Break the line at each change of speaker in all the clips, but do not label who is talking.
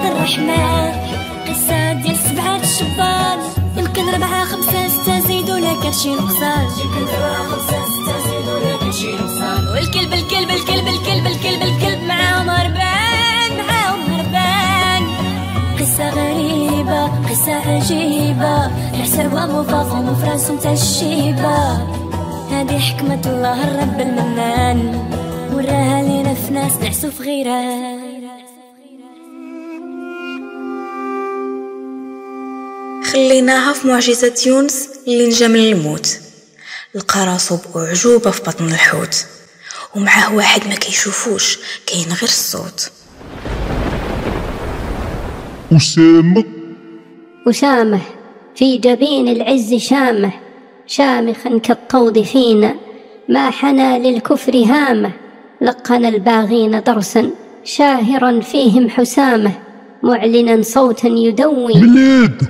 الرحمن قصة ديال سبعة الشبان يمكن ربعة خمسة ستة زيدوا ولا كان شي نقصان يمكن ربعة خمسة ستة زيدوا ولا كان شي نقصان والكلب الكلب الكلب الكلب الكلب الكلب معاهم هربان معاهم هربان قصة غريبة قصة عجيبة الحسابة مفاقة مفرس الشيبة هذه حكمة الله الرب المنان وراها لينا في ناس نحسو في غيرها
خليناها في معجزة يونس اللي نجا من الموت لقى راسو بأعجوبة في بطن الحوت ومعاه واحد ما كيشوفوش كاين غير الصوت
أسامة
وسامه في جبين العز شامه شامخا كالطود فينا ما حنى للكفر هامه لقن الباغين درسا شاهرا فيهم حسامه معلنا صوتا يدوي
ميلاد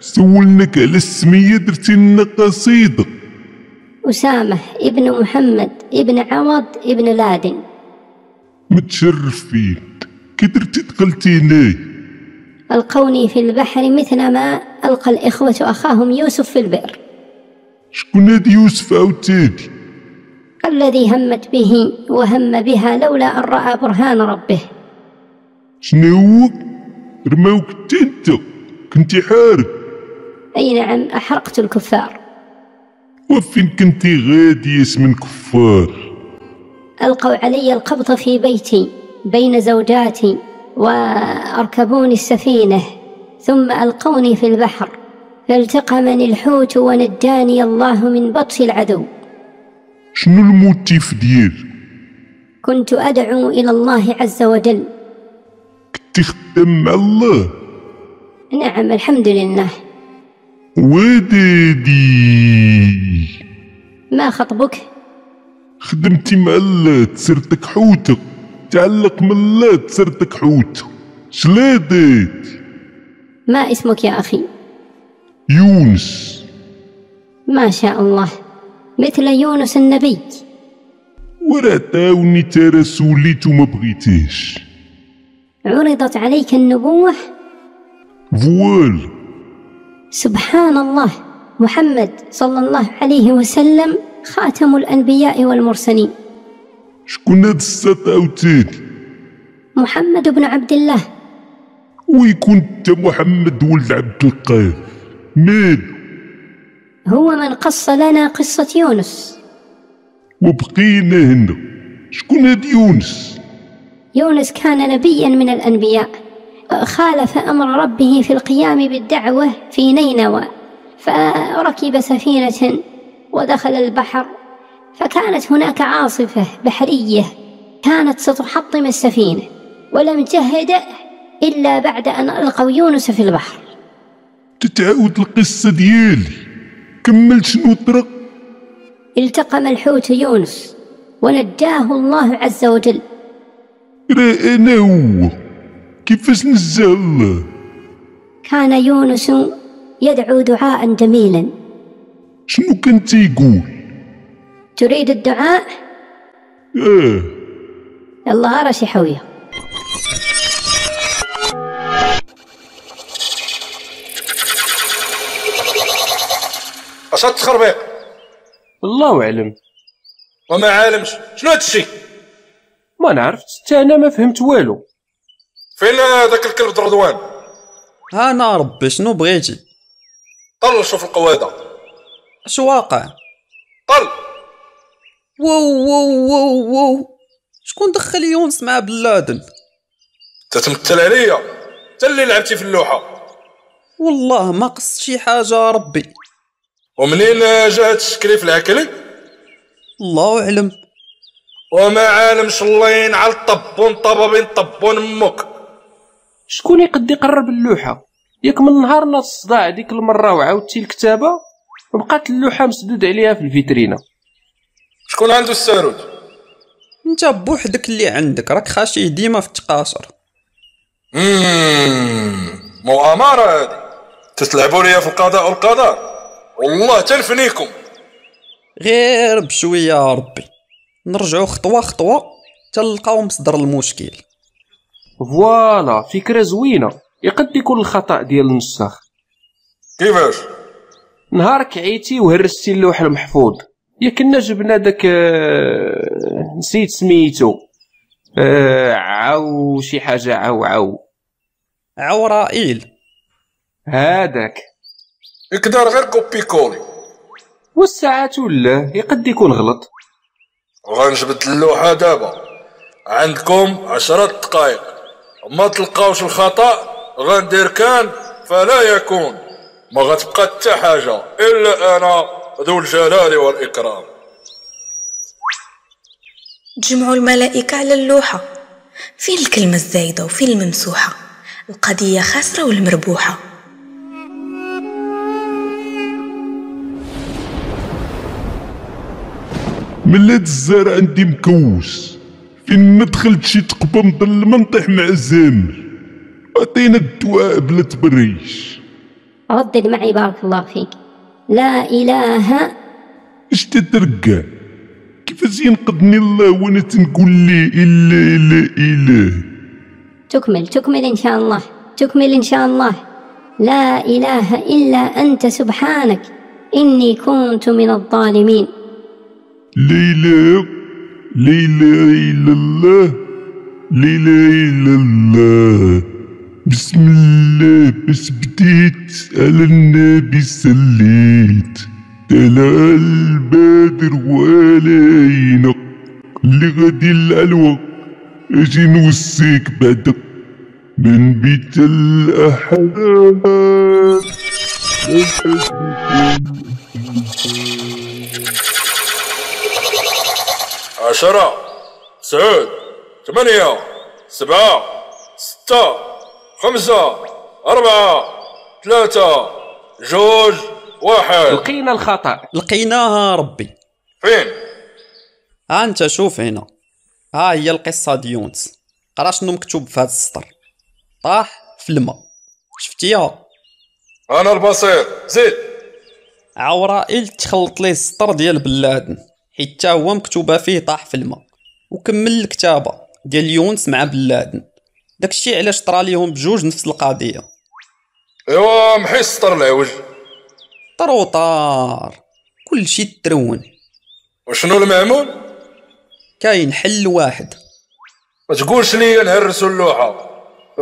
سولنك على السمية درتي لنا قصيدة
أسامة ابن محمد ابن عوض ابن لادن
متشرف فيك كي درتي دخلتي هنايا
ألقوني في البحر مثلما ألقى الإخوة أخاهم يوسف في البئر
شكون هاد يوسف عاوتاني
الذي همت به وهم بها لولا أن رأى برهان ربه
شنو هو رماوك حتى انت كنتي حارب
أي نعم أحرقت الكفار
وفين كنتي غادي من كفار
ألقوا علي القبض في بيتي بين زوجاتي وأركبوني السفينة ثم ألقوني في البحر فالتقمني الحوت ونجاني الله من بطش العدو
شنو الموتيف ديالك
كنت أدعو إلى الله عز وجل
كنتي خدام مع الله
نعم الحمد لله
ودادي
ما خطبك
خدمتي مع اللات صرتك حوتة تعلق من اللات صرتك حوتة شلادات
ما اسمك يا أخي
يونس
ما شاء الله مثل يونس النبي
ورا تعاوني ترى سوليت وما بغيتيش
عرضت عليك النبوة
فوالا
سبحان الله محمد صلى الله عليه وسلم خاتم الأنبياء والمرسلين
شكون هاد الساط عاوتاني
محمد بن عبد الله
ويكون انت محمد ولد عبد القاف مالو
هو من قص لنا قصة يونس
وبقينا هنا شكون هاد يونس
يونس كان نبيا من الأنبياء خالف أمر ربه في القيام بالدعوة في نينوى فركب سفينة ودخل البحر فكانت هناك عاصفة بحرية كانت ستحطم السفينة ولم تهدأ إلا بعد أن ألقوا يونس في البحر
تتعاود القصة ديالي كمل شنو طرق
التقم الحوت يونس ونجاه الله عز وجل
راه انا هو كيفاش نزه الله
كان يونس يدعو دعاء جميلا
شنو كان تيقول
تريد الدعاء
اه
الله أرى شحوية
اش التخربيق
الله اعلم
وما عالمش شنو هادشي
ما نعرف حتى انا ما فهمت والو
فين داك الكلب دردوان
ها انا ربي شنو بغيتي
طل شوف القواده
اش واقع
طل
واو واو واو واو شكون دخل يونس مع بن لادن
تتمثل عليا انت اللي لعبتي في اللوحه
والله ما قصت شي حاجه ربي
ومنين جا هاد الشكريف العكلي
الله اعلم
وما عالمش الله ينعل طبون طبابين طبون امك
شكون يقد يقرب اللوحه ياك من نهار ناض الصداع ديك المره وعاودتي الكتابه وبقات اللوحه مسدود عليها في الفيترينا
شكون عنده السارود
انت بوحدك اللي عندك راك خاشي ديما في التقاشر
مم، مؤامرة هادي تتلعبوا ليا في القضاء والقدر والله تنفنيكم
غير بشويه يا ربي نرجعو خطوه خطوه تلقاو مصدر المشكل
فوالا فكره زوينه يقد يكون الخطا ديال النساخ
كيفاش
نهار كعيتي وهرستي اللوح المحفوظ يا كنا جبنا داك آه، نسيت سميتو آه، عاو شي حاجه عاو عاو
عورائيل
هذاك
يقدر غير كوبي كولي
والساعات ولا يقد يكون غلط
وغنجبد اللوحه دابا عندكم عشرة دقائق ما تلقاوش الخطا غندير كان فلا يكون ما غتبقى حتى حاجه الا انا ذو الجلال والاكرام
تجمعوا الملائكة على اللوحة فين الكلمة الزايدة وفين الممسوحة القضية خاسرة والمربوحة
ملات الزرع عندي مكوس فين ما دخلت شي تقبة مظلمة نطيح مع الزامر عطينا الدعاء بلا تبريش
ردد معي بارك الله فيك لا إله
اش تترقى كيفاش ينقذني الله وانا تنقول لي الا الا اله
تكمل تكمل إن شاء الله تكمل إن شاء الله لا إله إلا أنت سبحانك إني كنت من الظالمين
لا اله لا اله الا الله لا اله الا الله بسم الله بس بديت على النبي سليت تلا البادر والينا اللي غادي العلوة اجي نوصيك بعدك من بيت الاحد
عشرة تسعود ثمانية سبعة ستة خمسة أربعة ثلاثة جوج واحد
لقينا الخطا
لقيناها ربي
فين
ها انت شوف هنا ها هي القصه ديونس قرا شنو مكتوب في هذا السطر طاح في الماء شفتيها
أنا البصير زيد
عورائيل تخلط ليه السطر ديال بلادن حيت تا هو مكتوبه فيه طاح في الماء وكمل الكتابه ديال يونس مع بلادن داكشي علاش طرا ليهم بجوج نفس القضيه
إيوا محي السطر العوج
طار وطار كلشي ترون
وشنو المعمول
كاين حل واحد
ما تقولش لي نهرسوا اللوحة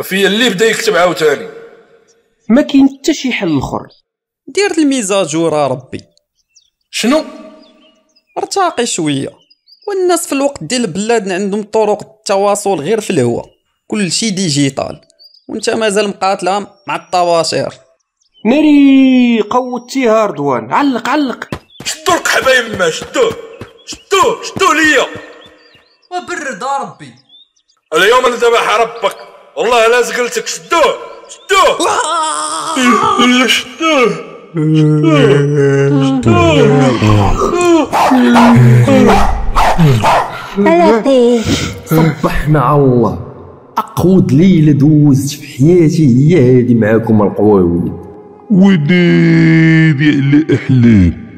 في اللي بدا يكتب عاوتاني
ما كاين حتى شي حل اخر
دير الميزاجور يا ربي
شنو
ارتاقي شويه والناس في الوقت ديال بلادنا عندهم طرق التواصل غير في الهوا كلشي ديجيتال وانت مازال مقاتله مع الطواشير
ناري قوتيها رضوان علق علق
شدو القحبة يما شدوه شدوه شدوه ليا
وبرد ربي
اليوم اللي ذبح ربك والله لا زقلتك شدوه شدوه شدوه
لطيف
صبحنا على الله اقود ليله دوزت في حياتي هي هذه معاكم القواوي
ودادي على احلام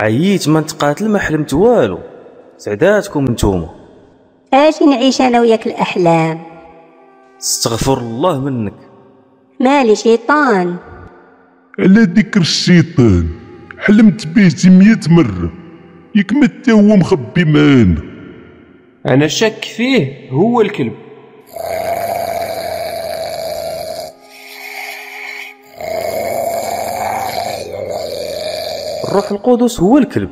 عييت ما نتقاتل ما حلمت والو سعداتكم نتوما
اش نعيش أنا وياك الأحلام
استغفر الله منك
مالي شيطان
على ذكر الشيطان حلمت به شي مية مرة ياك ما تا هو مخبي معانا
انا شك فيه هو الكلب
الروح القدس هو الكلب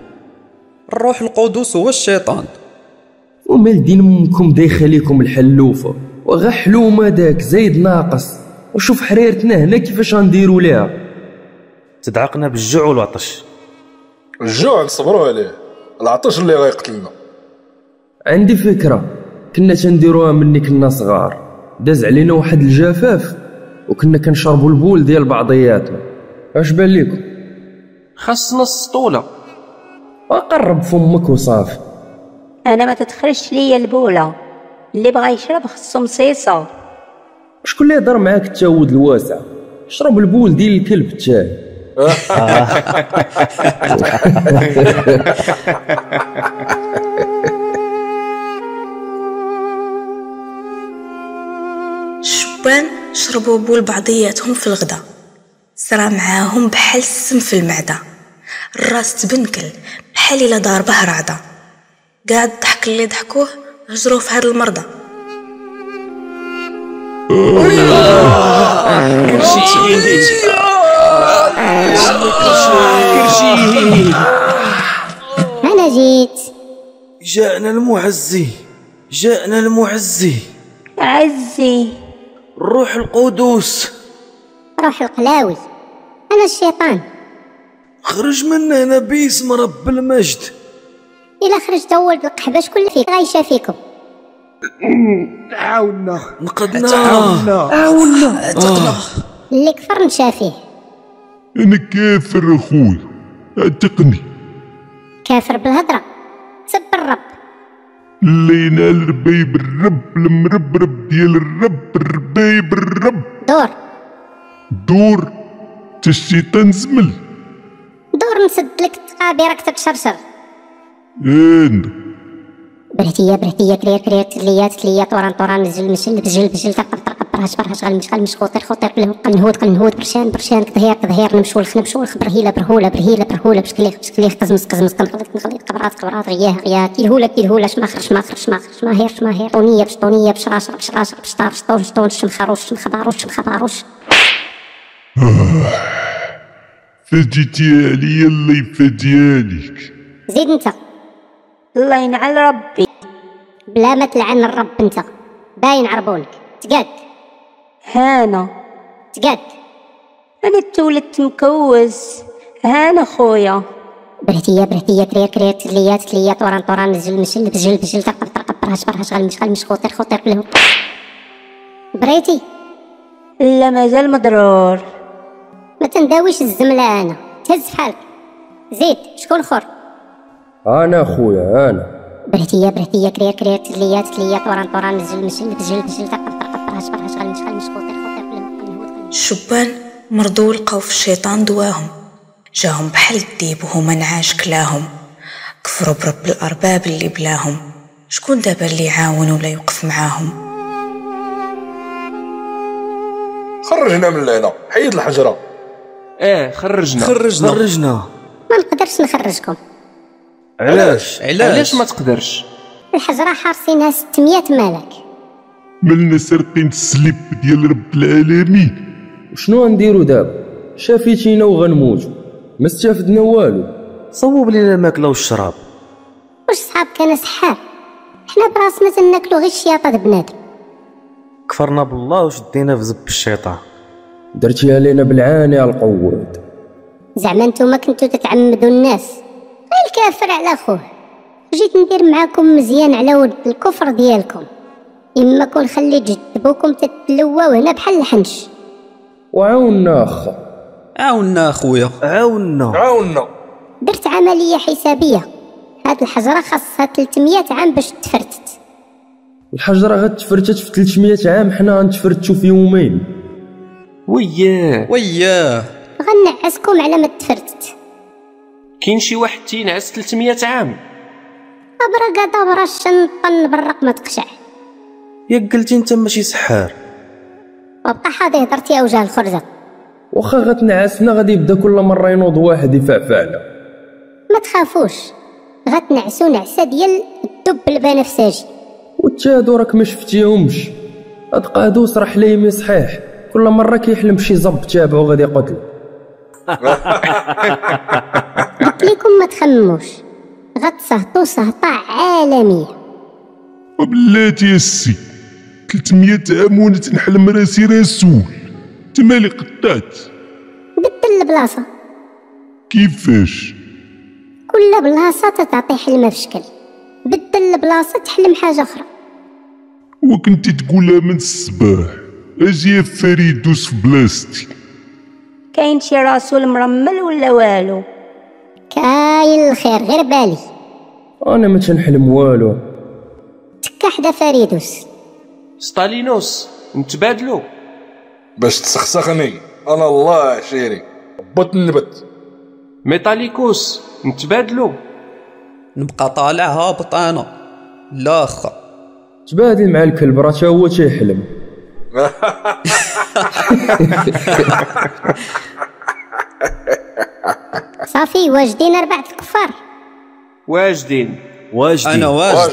الروح القدس هو الشيطان
وما لدين امكم دايخه ليكم الحلوفه وغا حلومه داك زايد ناقص وشوف حريرتنا هنا كيفاش غنديروا ليها
تدعقنا بالجوع والعطش
الجوع نصبروا عليه العطش اللي غيقتلنا
عندي فكره كنا تنديروها مني كنا صغار داز علينا واحد الجفاف وكنا كنشربوا البول ديال بعضياتنا اش بان ليكم
خاصنا السطوله
وقرب فمك وصافي
انا ما تتخرجش ليا البوله اللي بغى يشرب خصو مصيصه
شكون اللي يهضر معاك التاود الواسع شرب البول ديال الكلب تاعي
شبان شربوا بول بعضياتهم في الغدا صرا معاهم بحال السم في المعدة الراس تبنكل بحال إلا ضاربه رعدة قاع الضحك اللي ضحكوه هجروه في هاد المرضى
أنا جيت
جاءنا المعزي جاءنا المعزي
عزي
الروح القدوس
روح القلاوي أنا الشيطان
خرج من هنا باسم رب المجد
إلا خرجت أول بالقحبة شكون اللي فيك غايشة فيكم
نقدنا آه.
اللي كفر نشافيه
انا كافر اخويا اعتقني
كافر بالهضرة سب الرب
اللي ينال ربيب الرب المربرب ديال الرب الربيب الرب
دور
دور تا الشيطان زمل
دور نسد لك التقابي راك تتشرشر
انا
برهتية برهتية كرير كرير تدليات تدلية طوران طوران نزل مشل بجل بجل تقب تقب برهش برهش غلمش غلمش خطير خطير قلهو قلنهود قلنهود برشان برشان كظهير كظهير نمشولخ نمشولخ برهيلة برهولة برهيلة برهولة بشكليخ بشكليخ قزمز قزمز قنقلق قنقلق قبرات قبرات غياه غياه كيلهولة كيلهولة شماخر شماخر شماخر شماهير شماهير طونية بشطونية بشراشر بشراشر بشطار بشطون شطون شمخروش شمخباروش شمخباروش
فجيتي عليا الله يفدي عليك
زيد انت
الله ينعل ربي
بلا ما تلعن الرب انت باين عربونك تقاد
هانا
تقاد
انا تولدت مكوز هانا خويا
برهتية برهتية كرير كرير تدليات تدلية طوران طوران نزل مشل بجل بجل تقب تقب برهش برهش غلمش غلمش خطر خطر كلهم بريتي
لا مازال مضرور
ما تنداويش الزملة انا تهز في حالك زيد شكون خور
انا خويا انا
برهتية برهتية كرير كرير تدليات تدلية طوران طوران نزل مشل بجل بجل تقب تقب برهش برهش غلمش غلمش خطر خطر كلهم
الشبان مرضوا لقاو في الشيطان دواهم جاهم بحال الديب وهما نعاش كلاهم كفروا برب الأرباب اللي بلاهم شكون دابا اللي يعاون ولا يوقف معاهم
خرجنا من هنا حيد الحجره
اه خرجنا
خرجنا
خرجنا
ما نقدرش نخرجكم
علاش
علاش ما تقدرش
الحجرة حارسينها 600 ملك
مالنا سارقين السليب ديال رب العالمين
شنو غنديرو دابا شافيتينا وغنموتو ما استفدنا والو
صوب لينا الماكله والشراب
واش صحاب كان سحار حنا براسنا تناكلو غير الشياطة د بنادم
كفرنا بالله وشدينا في زب الشيطان
درتيها لينا بالعاني على القواد
زعما نتوما كنتو تتعمدوا الناس غير الكافر على خوه جيت ندير معاكم مزيان على ود الكفر ديالكم اما كون خليت جد بوكم تتلواو هنا بحال الحنش
وعاونا اخا
عاونا اخويا
أه.
عاونا
عاونا
درت عملية حسابية هاد الحجرة خاصها 300 عام باش تفرتت
الحجره غتفرتت في 300 عام حنا غنتفرتو في يومين
وياه
وياه
غنعسكم على ما تفرتت
كاين شي واحد تينعس 300 عام
أبرا قدابرا شنطن بالرق ما تقشع
ياك قلتي انت ماشي سحار
وبقى حاضي هضرتي يا وجه الخرزة
واخا غتنعسنا غادي يبدا كل مره ينوض واحد يفعفعنا
ما تخافوش غتنعسو نعسة ديال الدب البنفسجي
وتا هادو راك ما شفتيهمش هاد قادوس راه حليمي صحيح كل مره كيحلم بشي زب تابعو غادي يقتلو
قلت لكم ما تخموش غتسهطو سهطة عالمية
وبلاتي يا السي 300 عام وانا تنحلم راسي رسول تمالي قطعت
بدل البلاصة
كيفاش
كل بلاصة تتعطي حلمة بشكل بدل البلاصة تحلم حاجة أخرى
وكنتي تقولها من الصباح اجي يا فريد دوس في بلاصتي
كاين شي رسول مرمل ولا والو
كاين الخير غير بالي
انا ما تنحلم والو
تكا حدا فريدوس
ستالينوس نتبادلو
باش تسخسخني انا الله عشيري بط النبت
ميتاليكوس نتبادلو
نبقى طالع هابط انا لا اخا
تبادل مع الكلب راه تا هو تيحلم
صافي واجدين أربعة الكفار
واجدين
واجدين
انا واجد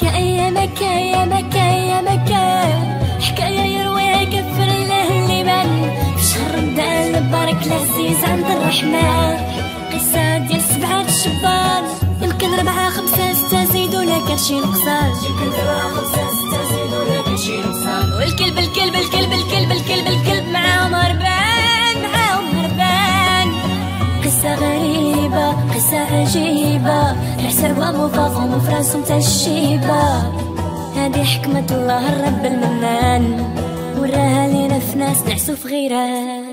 كأية مكة يا مكة يا مكة حكاية يرويها كفر الله اللي بان في شهر رمضان مبارك العزيز عند الرحمن قصة ديال سبعة شبان يمكن ربعة خمسة ستة زيدوا لك شي نقصان يمكن ربعة خمسة ستة زيدوا لك شي نقصان والكلب الكلب الكلب الكلب الكلب الكلب معاهم هربان معاهم هربان قصة غريبة قصة عجيبة الحسرة مفاقهم في راسهم تشيبة هذه حكمة الله الرب المنان وراها لينا في ناس نعسو في غيران